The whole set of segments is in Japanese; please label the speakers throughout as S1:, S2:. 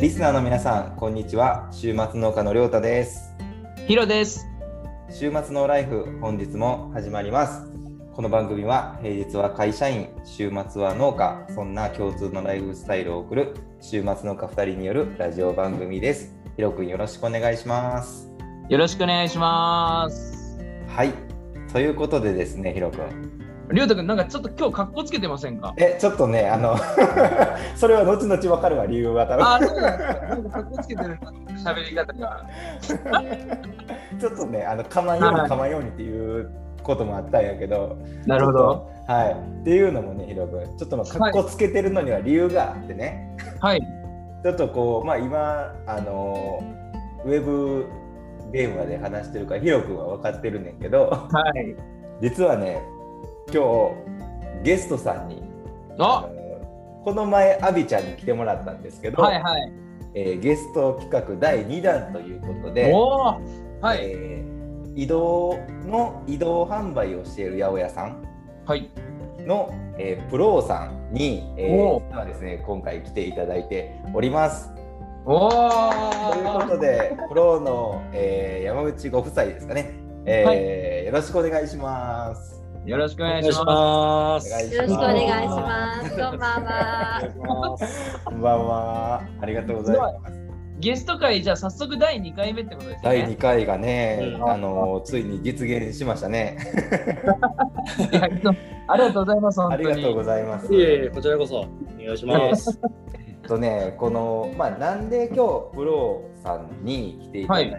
S1: リスナーの皆さん、こんにちは。週末農家のりょうたです。
S2: ヒロです。
S1: 週末のライフ、本日も始まります。この番組は平日は会社員、週末は農家、そんな共通のライフスタイルを送る週末農家2人によるラジオ番組です。ひろくんよろしくお願いします。
S2: よろしくお願いします。
S1: はい。ということでですね、ひろくん。
S2: りょうたくん、なんかちょっと今日格好つけてませんか
S1: え、ちょっとね、あの、 それは後々わかるわ、理由は多分。
S2: あー、そうなんですか。なんか格好つけてる喋り方が。
S1: ちょっとね、あの、かまんようにかまんようにっていうこともあったんやけど、
S2: なるほど。
S1: ちょっと。はい。っていうのもね、ひろくん、ちょっとまあ、かっこつけてるのには理由があってね、
S2: はい。
S1: ちょっとこう、まあ今、あのーウェブ電話で話してるから、ひろくんは分かってるねんけど、
S2: はい。
S1: 実はね、今日、ゲストさんに、あ
S2: あ
S1: のーこの前、アビちゃんに来てもらったんですけど、
S2: はいはい。
S1: えーゲスト企画第2弾ということで、
S2: おーはい。
S1: えー移動の移動販売をしている八百屋さん
S2: はい。
S1: の、えープローさんに、え
S2: お
S1: ー、実はですね今回来ていただいております。
S2: お
S1: というこ
S2: ー
S1: とでプロの、えー山口ご夫妻ですかね、えーよろしくお願いします。
S2: よろしくお
S3: お
S2: 願い
S3: 願い
S2: し
S3: し
S2: ま
S3: ま
S1: お願い
S3: す。
S4: よろしくお願いします。こんばんは。
S3: ます。
S1: こんばんはありがとうございます。
S2: す。ゲスト会、じゃあ早速第2回目ってことですね。
S1: 第2回がね、
S3: うん
S1: あのついに実現しましたね。
S2: 回。ありがとうございます、
S1: あ
S2: 本
S1: り
S2: 当
S1: がとう
S2: に。
S1: ございます。
S3: いえいえ、こちらこそ。お願いします。
S1: えっとねこのまあなんで今日プロさんに来ていただい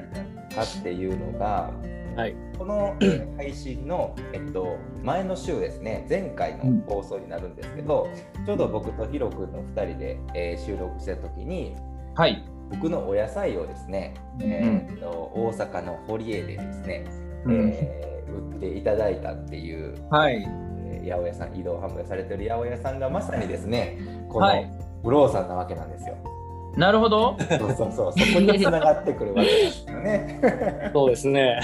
S1: たかっていうのが、
S3: はい
S1: このえー配信の、えっと、前の週ですね前回の放送になるんですけど、ちょうど僕とヒロ君の2人で、えー収録した時に
S2: はい。
S1: 僕のお野菜をですね、えーっと大阪の堀江でですね、
S2: うん
S1: えー売っていただいたっていう
S2: はい。
S1: えー八百屋さん移動販売されてる八百屋さんがまさにですねこの
S2: はい
S1: ブローさんなわけなんですよ。
S2: なるほど。
S1: そうそうそう、そこに繋がってくるわけですよね。
S3: そうですね。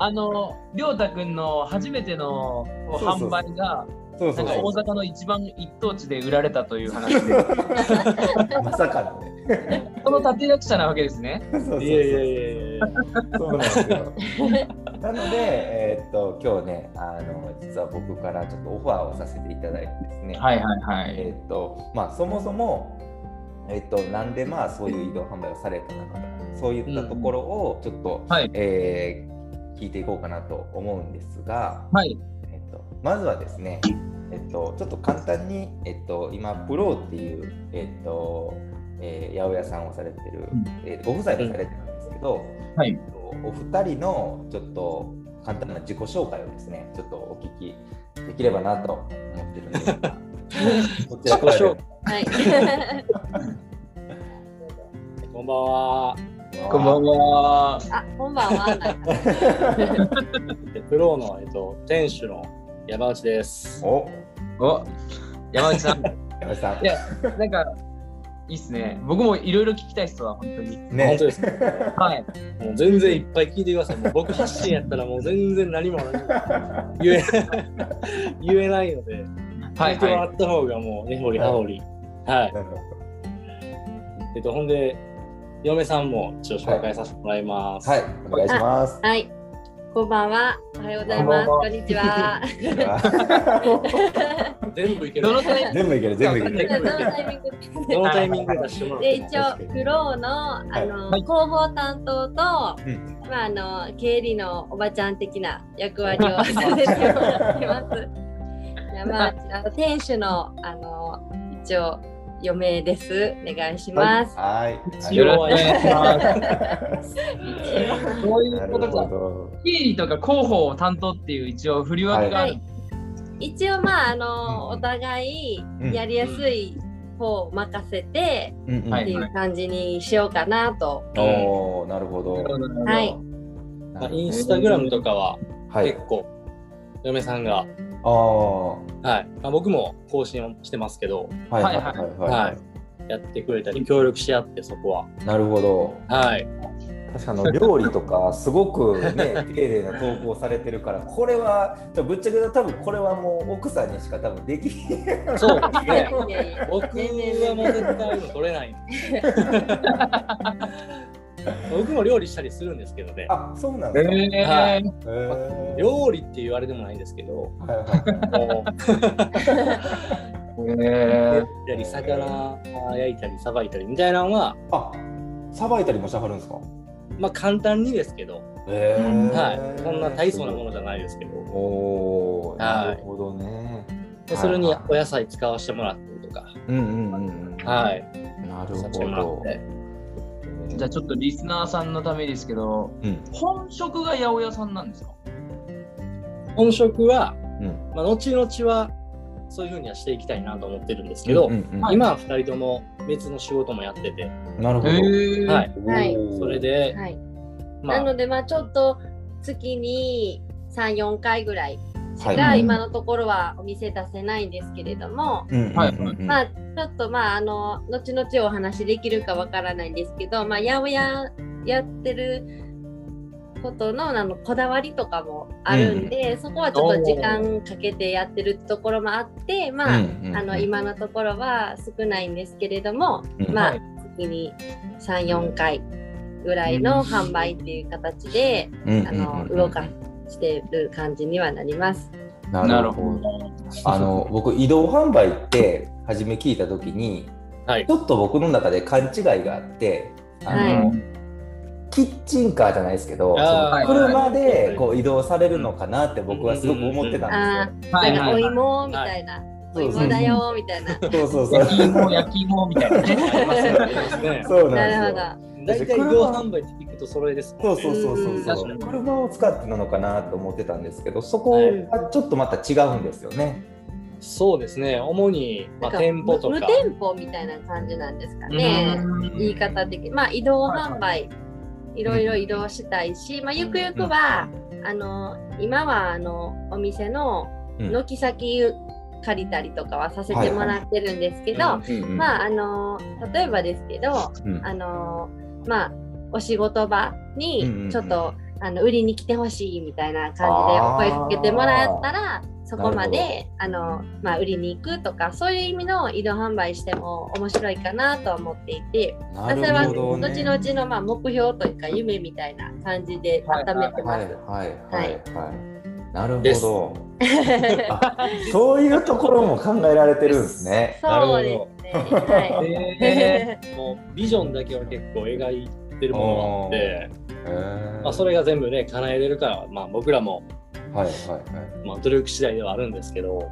S2: あの、りょうたくんの初めてのこう
S1: そうそう
S2: 販売が、
S1: そう
S2: な
S1: そ
S2: ん
S1: う
S2: か
S1: そ
S2: 大
S1: う
S2: 阪の一番一等地で売られたという話で、
S1: まさかのね。
S2: その立役者なわけですね。
S1: そうそうそう
S3: いえいえいえ。
S1: そうなんですよ。なので、えーっと、今日ね、あの、実は僕からちょっとオファーをさせていただいてですね。
S2: はいはいは
S1: え
S2: い。
S1: ーっと、まあ、そもそも。えーっと、なんで、まあ、そういう移動販売をされたのかとか、そういったところを、ちょっと、
S2: はい
S1: えー聞いていこうかなと思うんですが。
S2: はい。
S1: えっと、まずはですね、えっと、ちょっと簡単に、えっと、今プローっていう、えっとえー八百屋さんをされてる、
S2: うん
S1: えーご夫妻もされてるんですけど、
S2: はい
S1: えっとお二人のちょっと簡単な自己紹介をですねちょっとお聞きできればなと思ってるんです がこちらからでも
S4: はい。
S3: こんばんは。
S2: こんばんは。
S4: あ、こんばんは。なんか
S3: プロの、えっと、店主の山内です。
S1: お
S2: お、山内さん、
S1: 山口さん
S2: いやなんか、いいっすね。僕もいろいろ聞きたい人は、本当に。
S3: 本
S1: ね
S3: 当ですか。
S2: はい。
S3: もう全然いっぱい聞いてください。もう僕発信やったらもう全然 何も言え言えないので、
S2: はい
S3: 聞いてもら
S2: は
S3: った方がもう根掘り葉掘り。はい。
S1: なるほど
S3: えっと、ほんで、嫁さんも一応紹介させてもらいます。
S1: はいお願いします
S4: はい。こんばんは。おはようございます。
S2: こんばんは
S4: こんにちは。
S1: では
S3: 全部いけ
S2: い。
S3: る
S2: ど。のタイミ
S1: 全
S2: ング
S1: 部いける全部いけ
S4: ど
S1: る
S4: のタイミング
S3: どのタイミングで出してもらって
S4: で
S3: も
S4: 一応フローのあの、
S2: はい
S4: 広報担当
S1: う
S4: と、
S1: ん
S4: まああの経理のおばちゃん的な役割をさせてもらってます。山内あの店主のあの一応余命です。お願いします。
S1: はい
S3: 一
S2: よ
S3: 応
S2: ろしくお願いしま
S4: 一応
S2: す。そうい
S1: な
S2: う
S1: る
S2: こと
S1: ほ
S2: か。
S1: ど
S2: 経理とか広報を担当っていう一応振り分けがある。
S4: 一応まああの、
S1: うん
S4: お互いやりやすい方を任せて
S1: うんうん
S2: は
S4: っていう感じにしようかなと。
S1: おお、なるほど。
S2: なるほどなるほど
S4: はい。
S1: な
S3: ま
S1: るほ
S3: あ
S1: ど
S3: インスタグラムとかは
S1: は
S3: 結
S1: い。
S3: 構、嫁さんが、はい
S1: ああ、は
S3: まあ、僕も更新をしてますけど、
S1: いはいはいはい。
S3: はいやってくれたり、協力し合って、そこは。
S1: なるほど。
S3: はい。
S1: 確かあの料理とかすごく ね丁寧な投稿されてるからこれはじゃあぶっちゃけだと多分これはもう奥さんにしか多分できない
S3: そうです
S4: いや
S3: ね
S4: い。やいや
S3: 僕はもう絶対ああいうの取れない。 僕も料理したりするんですけどね。
S1: あそうなんで
S2: え
S1: すか、へ
S3: は
S2: ー、
S1: ー
S3: 料理って言われてもないんですけど、
S1: はいはい
S3: もう
S2: え
S3: 焼いたり魚焼いたりさばいたりみたいなのは、
S1: あさばいたりもしゃはるんですか
S3: まあ簡単にですけど、
S1: え
S3: はい、そんな大層なものじゃないですけど、
S1: おお、
S3: はい
S1: なるほどね。
S3: でそれにお野菜使わせてもらったりとか、
S1: うんうんうんうん。
S3: はい、
S1: い。なる
S3: さ
S1: ほ
S3: せてもらっ
S1: ど。
S3: て。
S2: ーじゃあちょっとリスナーさんのためですけど、
S1: うん
S2: 本職が八百屋さんなんですか
S3: 本職は、
S1: うん。
S3: まあ、後々はそういうふうにはしていきたいなと思ってるんですけど、
S1: うんうん
S3: 今は2人とも別の仕事もやってて、
S1: なるほど。
S2: え
S3: は、
S2: はい
S4: はい
S1: おー
S3: それ。で、
S4: はい。
S3: まあ、
S4: なのでまあちょっと月に34回ぐらいし
S1: は
S4: か
S1: い
S4: 今のところはお店出せないんですけれども、
S1: うんうんうん
S2: はい
S1: うん
S4: まあちょっとまああの後々お話できるかわからないんですけど、まあ八百屋やってることのあのこだわりとかもあるんで、そこはちょっと時間かけてやってるところもあって、まあ、
S1: うんうん
S4: あの今のところは少ないんですけれども、
S1: うん
S4: ま
S3: は
S4: あ
S3: い
S4: 月に34回ぐらいの販売っていう形で、
S1: うんうん
S4: あ
S1: うん
S4: の動かしてる感じにはなります。
S1: なるほど。
S2: ど。
S1: あの僕移動販売って初め聞いた時に
S3: はい
S1: ち、ょっと僕の中で勘違いがあって。あの
S4: は
S1: キッチンカーじゃないですけど、そ
S3: あ
S1: の
S2: ー
S1: 車でこう移動されるのかなって僕はすごく思ってたんですよ。
S2: は
S4: なん
S2: い
S4: か
S2: はいは
S4: お
S2: い。
S4: 芋みたいな、お
S1: そうそう
S4: 芋だよみたいな。
S1: そうそうそう。
S2: 焼き芋、焼き芋みたいな ね。ありますよね
S3: ね
S1: そうなんですよ。
S4: なるほど。
S3: 大体移動販売って聞くとそれです
S1: そ
S3: もん
S1: う
S3: ね。
S1: そうそうそうそう
S3: うん
S1: 車を使ってなのかなと思ってたんですけどそこ
S3: はい
S1: はちょっとまた違うんですよね。
S3: そうですね、主に、まあ、
S4: なんか
S3: 店舗と
S4: 無
S3: か
S4: 無、店舗みたいな感じなんですかね。言い方的にまあ移動販売、いろいろ移動したいし、まあゆくゆくは、あの今はあのお店の
S1: うん
S4: 軒先借りたりとかはさせてもらってるんですけど、
S3: はいは
S4: まああの例えばですけど、
S1: うん
S4: あのまあお仕事
S1: うん
S4: 場
S1: うんうん
S4: にちょっと、あの売りに来てほしいみたいな感じで
S1: あー
S4: お声かけてもらったらそこま
S1: なる
S4: であの、まあ、売りに行くとかそういう意味の移動販売しても面白いかなと思っていて、まあそれ
S1: な
S4: は
S1: るほど
S4: 後
S1: ね
S4: 々の、まあ、目標というか夢みたいな感じで固めてま
S1: は
S4: す。
S1: いはいはいはい。なる
S3: で
S1: ほ
S3: す
S1: ど。 あそういうところも考えられてるんですね。
S4: そうですね。 はい
S3: え ーもうビジョンだけは結構描いてるものがあって、まあ、そ
S1: れ
S3: れが全部ね、叶えれるから、まあ、僕らも、
S1: はいはいはい。
S3: まあ、努力次第ではあるんですけど、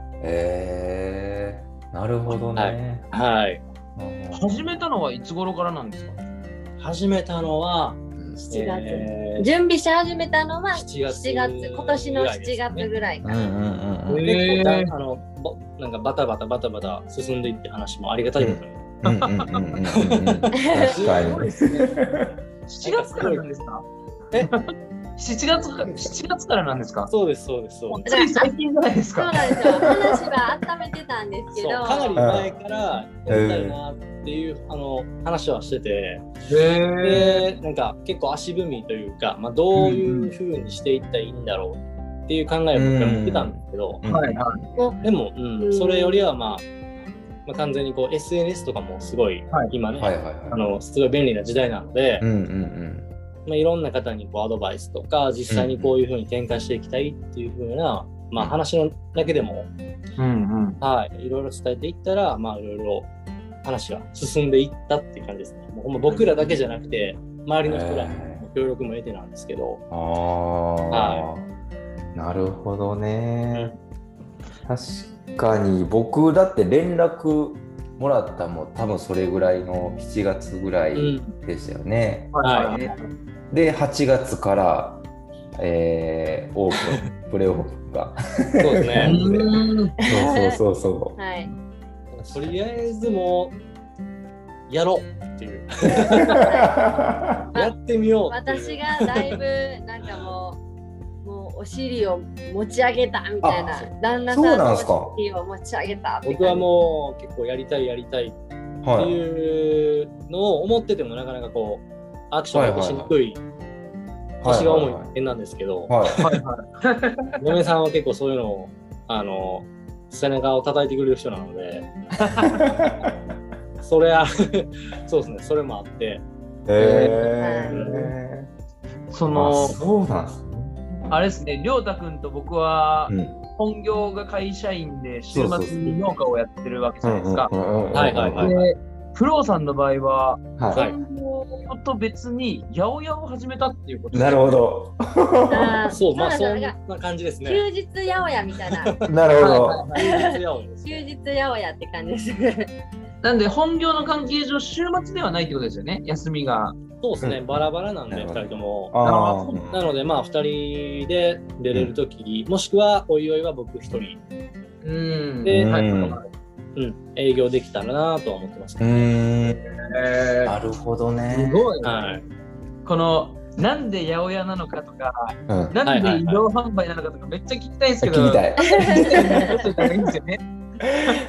S1: えー、なるほどね。
S3: はい、
S1: うん
S2: 始めたのはいつ頃からなんですか
S3: 始めたのは、
S1: うん
S4: 7月、
S3: えー
S4: 準備し始めたのは
S3: 7月
S4: 7月今年の7月ぐらいか
S1: う
S4: ら。
S1: んうんうん
S3: 結構だ
S2: へー
S3: あのぼなんかバタバタバタバタ進んでいって話もありがたいことに、
S1: うんうんうんうんうんうん確か
S2: すごい
S1: に
S2: で。すね。7月からなんですか
S3: え
S2: ?7 月か、7月からなんですか
S3: そうですそうですそうです
S2: つい最近じゃないです
S4: そう
S2: か。
S4: なんですよ。話は温めてたんですけ
S3: そ
S4: ど、
S3: うかなり前からやりたいなっていう、あの話はしてて、
S2: へ
S3: でなんか結構足踏みというか、まあ、どういうふうにしていったらいいんだろうっていう考えを僕は持ってたんですけど、
S1: うん
S2: はいは
S3: でも、うん
S4: うん
S3: それよりは、まあ、まあ完全にこう SNS とかもすごい、
S2: はい
S3: 今ね、
S1: はいはい
S3: あ
S1: はい。
S3: のすごい便利な時代なので、
S1: うんうんうん。
S3: まあ、いろんな方にこうアドバイスとか実際にこういうふうに展開していきたいっていうふうな、まあ、話のだけでも、
S2: うんうん。。
S3: はい、いろいろ伝えていったら、まあ、いろいろ話が進んでいったっていう感じですね。もうほんま僕らだけじゃなくて、周りの人らの協力も得てなんですけど、
S1: ああ、なるほどね。確かに僕だって連絡もらったのも多分それぐらいの7月ぐら
S3: う
S1: い
S3: ん、
S1: でしたよね。
S3: はい
S1: で8月から、えーオープンプレーオフが。
S3: そうですね。
S2: うん
S1: そうそうそうそ
S4: はい。
S3: とりあえずもう、やろうってい う、
S1: う。
S3: やってみようっていう。
S4: 私がだいぶなんかもう、もうお尻を持ち上げたみたい
S1: あ
S4: な、旦那さん
S1: そうなん
S4: の
S1: ですか
S4: お尻を持ち上げたって感じ
S3: 僕はもう結構やりたいやりたいって
S1: はい。
S3: いうのを思っててもなかなかこうアクションが起こしにくい腰が重い点なんですけど、
S1: はい
S2: はいはい。
S3: 嫁さんは結構そういうのをあの背中を叩いてくれる人なの でそれはそうですねそれもあって
S1: へ
S4: え
S2: そ
S1: ーまあ
S2: の、
S1: そうなんですね。
S2: あれですね、りょうたくんと僕は
S1: うん
S2: 本業が会社員で
S1: そ
S2: 週
S1: うそう
S2: 末に農家をやってるわけじゃないですか。
S3: はいはいはい
S2: で、不老さんの場合は、
S1: は
S3: はい
S2: 本業と別に八百屋を始めたっていうこと
S1: い。なる
S2: ほ
S1: ほど。
S4: あー
S3: そうまあ
S4: そう
S3: そ
S4: なんんだ
S3: な感じですね
S4: 休日八百屋みたい な
S1: なるほど。
S3: 休日やおんです
S4: 休
S3: ね
S4: 日八百屋って感じで すね
S2: なんで、本業の関係上、週末ではないってことですよね、休みが。
S3: そうですねバラバラなんで
S1: なる
S3: 2
S1: ほど
S3: 人とも
S1: あ
S3: な
S1: ー
S3: のでまあ2人で出れるとき、もしくはおいおいは僕1人、
S2: うん。
S3: で
S2: はい
S1: うん
S3: うん、営業できたらなとは思ってますけ
S1: う
S3: ど、
S1: ーん。
S2: えー
S1: なるほどね。
S2: すごい。
S3: はい、
S2: この、なんで八百屋なのかとか、
S1: うん。
S2: なんで移動販売なのかとか、めっちゃ聞きたいんですけど、
S1: 聞きたい。
S2: ちょっといいんですよね。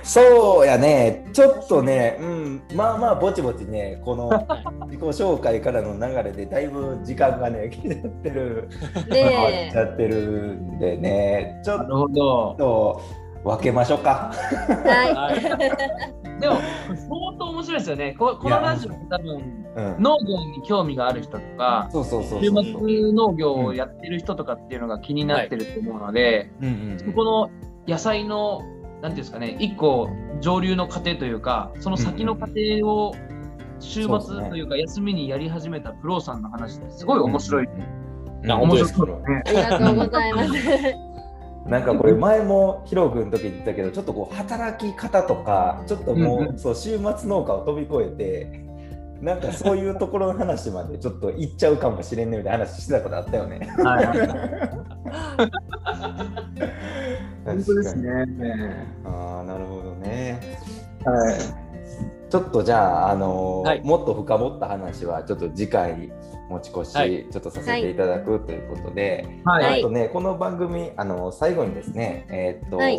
S1: そうやね、ちょっとね、うん、まあまあ、ぼちぼちね、この自己紹介からの流れで、だいぶ時間がね、 気になってる、回っ
S4: ね
S1: ちゃってるんでね、ちょ
S2: な
S1: っ
S2: るほど。
S1: と分けましょうか。
S4: えは
S3: はい
S2: でも、相当面白いですよね。ここのラジオって多分、
S1: うん、
S2: 農業に興味がある人とか、
S1: そうそうそう
S2: 週
S1: そう。
S2: 末農業をやってる人とかっていうのが気になってると思うので、
S1: うんうんうん
S2: そこの野菜の、なんていうんですかね、一個上流の過程というか、その先の過程を週
S1: そう
S2: 末
S1: ですね
S2: というか、休みにやり始めたプロさんの話ってすごい面白い。
S1: うん。
S3: や
S2: 面白そ
S3: 本当
S2: う
S3: です
S2: ですね。
S4: いありがとうございます
S1: なんかこれ前もヒロ君の時に言ったけどちょっとこう働き方とかちょっともう,、
S2: うんう
S1: そう週末農家を飛び越えてなんかそういうところの話までちょっと行っちゃうかもしれんねみたいな話してたことあったよね。
S2: はい
S1: 本
S2: ね。
S1: ああなるほどね。
S2: はい。
S1: ちょっとじゃあ、あのー
S3: はい
S1: もっと深掘った話はちょっと次回持ち越し、
S3: はい
S1: ちょっとさせていただくということで、
S2: はい。
S4: は
S1: あ
S4: い
S1: とね、この番組、あの最後にですね、えーっと
S4: はい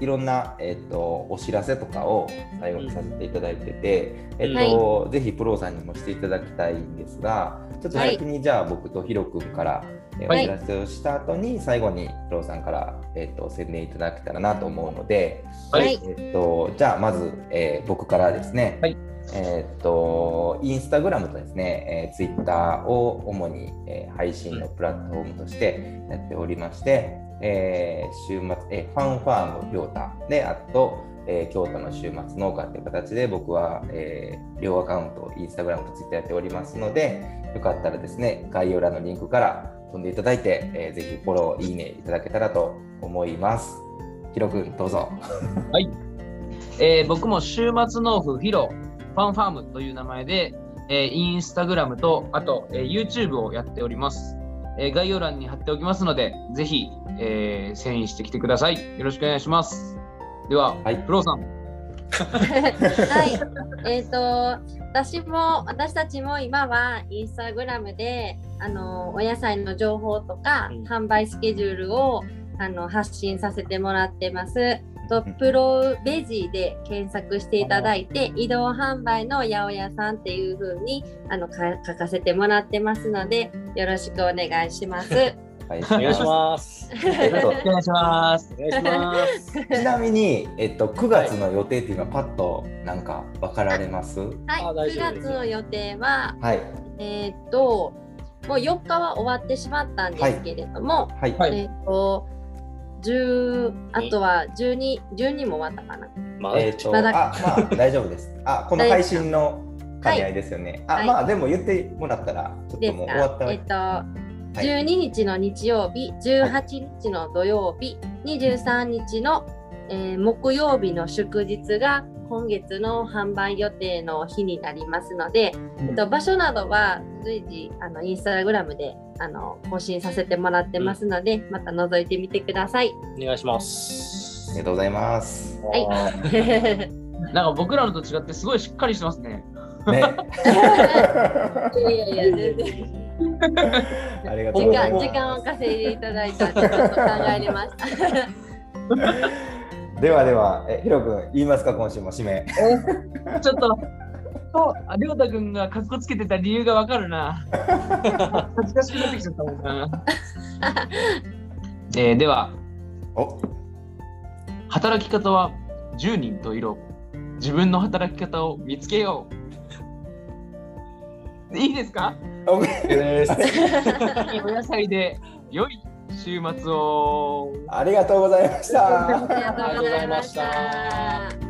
S1: い、ろんな、えーっとお知らせとかを最後にさせていただいてて、えーっとぜひプロさんにもしていただきたいんですが、ちょっと先に、じゃあ僕とヒロ君から、えー
S2: はい
S1: お知らせをした後に、最後にプロさんから、えーっと宣伝いただけたらなと思うので、
S4: は
S1: え
S4: い
S1: ーっとじゃあまず、えー僕からですね、
S2: はい
S1: えーっとインスタグラムとですね、えー、ツイッターを主に、えー配信のプラットフォームとしてやっておりまして、えー週末、えーファンファームりょうたであと、えー京都の週末農家という形で僕は、えー両アカウントインスタグラムとツイッターやっておりますのでよかったらですね概要欄のリンクから飛んでいただいて、えーぜひフォローいいねいただけたらと思います。ひろくんどうぞ。
S2: えー僕も週末農夫ヒロファンファームという名前で、えーインスタグラムとあと、えー YouTube をやっております、えー概要欄に貼っておきますのでぜひ、えー、遷移してきてくださいよろしくお願いしますでは、
S1: はい
S2: プロさん
S4: はい、えっ、と私も私たちも今はインスタグラムであのお野菜の情報とか、
S3: うん
S4: 販売スケジュールをあの発信させてもらってます。とプロベジで検索していただいて移動販売の八百屋さんっていう風にあのか書かせてもらってますのでよろしくお願いし ます。
S1: はい、お
S3: お願いし ます
S1: えっと
S2: お願いします
S3: お願いします
S1: ちなみに、えっと、9月の予定っていうのはパッとなんか分かられますは、
S4: は
S3: あ大
S4: い、9
S3: 丈夫で
S4: 月
S3: す
S4: の予定はいえーっともう4日は終わってしまったんですけれども、
S1: はい、
S2: はい
S4: えーっと10あとは12 12も終わったかな。
S3: まあ
S1: えっと、
S4: ま
S1: あ、
S4: だ
S1: まあ、大丈夫です。あ、この配信の兼ね合いですよね。
S4: は
S1: あ、
S4: い
S1: まあ、でも言ってもらったら、ちょっ
S4: で
S1: と
S4: す
S1: もう
S4: か
S1: 終わった。
S4: えーっと、
S1: はい
S4: 12日の日曜日、18日の土曜日、23日の、えー木曜日の祝日が今月の販売予定の日になりますので、えっと、場所などは随時あのインスタグラムであの更新させてもらってますので、また覗いてみてくだ さい。
S3: お願いします
S1: ありがとうござい ます。
S4: はい
S2: なんか僕らのと違ってすごいしっかりしてますね
S1: ね。
S4: いやいやいや、全然。
S1: ありがとう
S4: 時
S1: ござい
S4: 間、
S1: ます。
S4: 時間を稼いでいただいたってちょっと考えれ ました。
S1: ではでは、え、ひろくん、言いますか、今週も締め。
S2: ちょっとと、ありょうたくんがかっこつけてた理由がわかるな。恥ずかしくなってきちゃったもんな。えーでは、
S1: お
S2: 働き方は10人と色。自分の働き方を見つけよう。いいですか
S1: OK
S3: です。
S2: お野菜で良い週末を。
S1: ありがとうございました。
S4: ありがとうございました。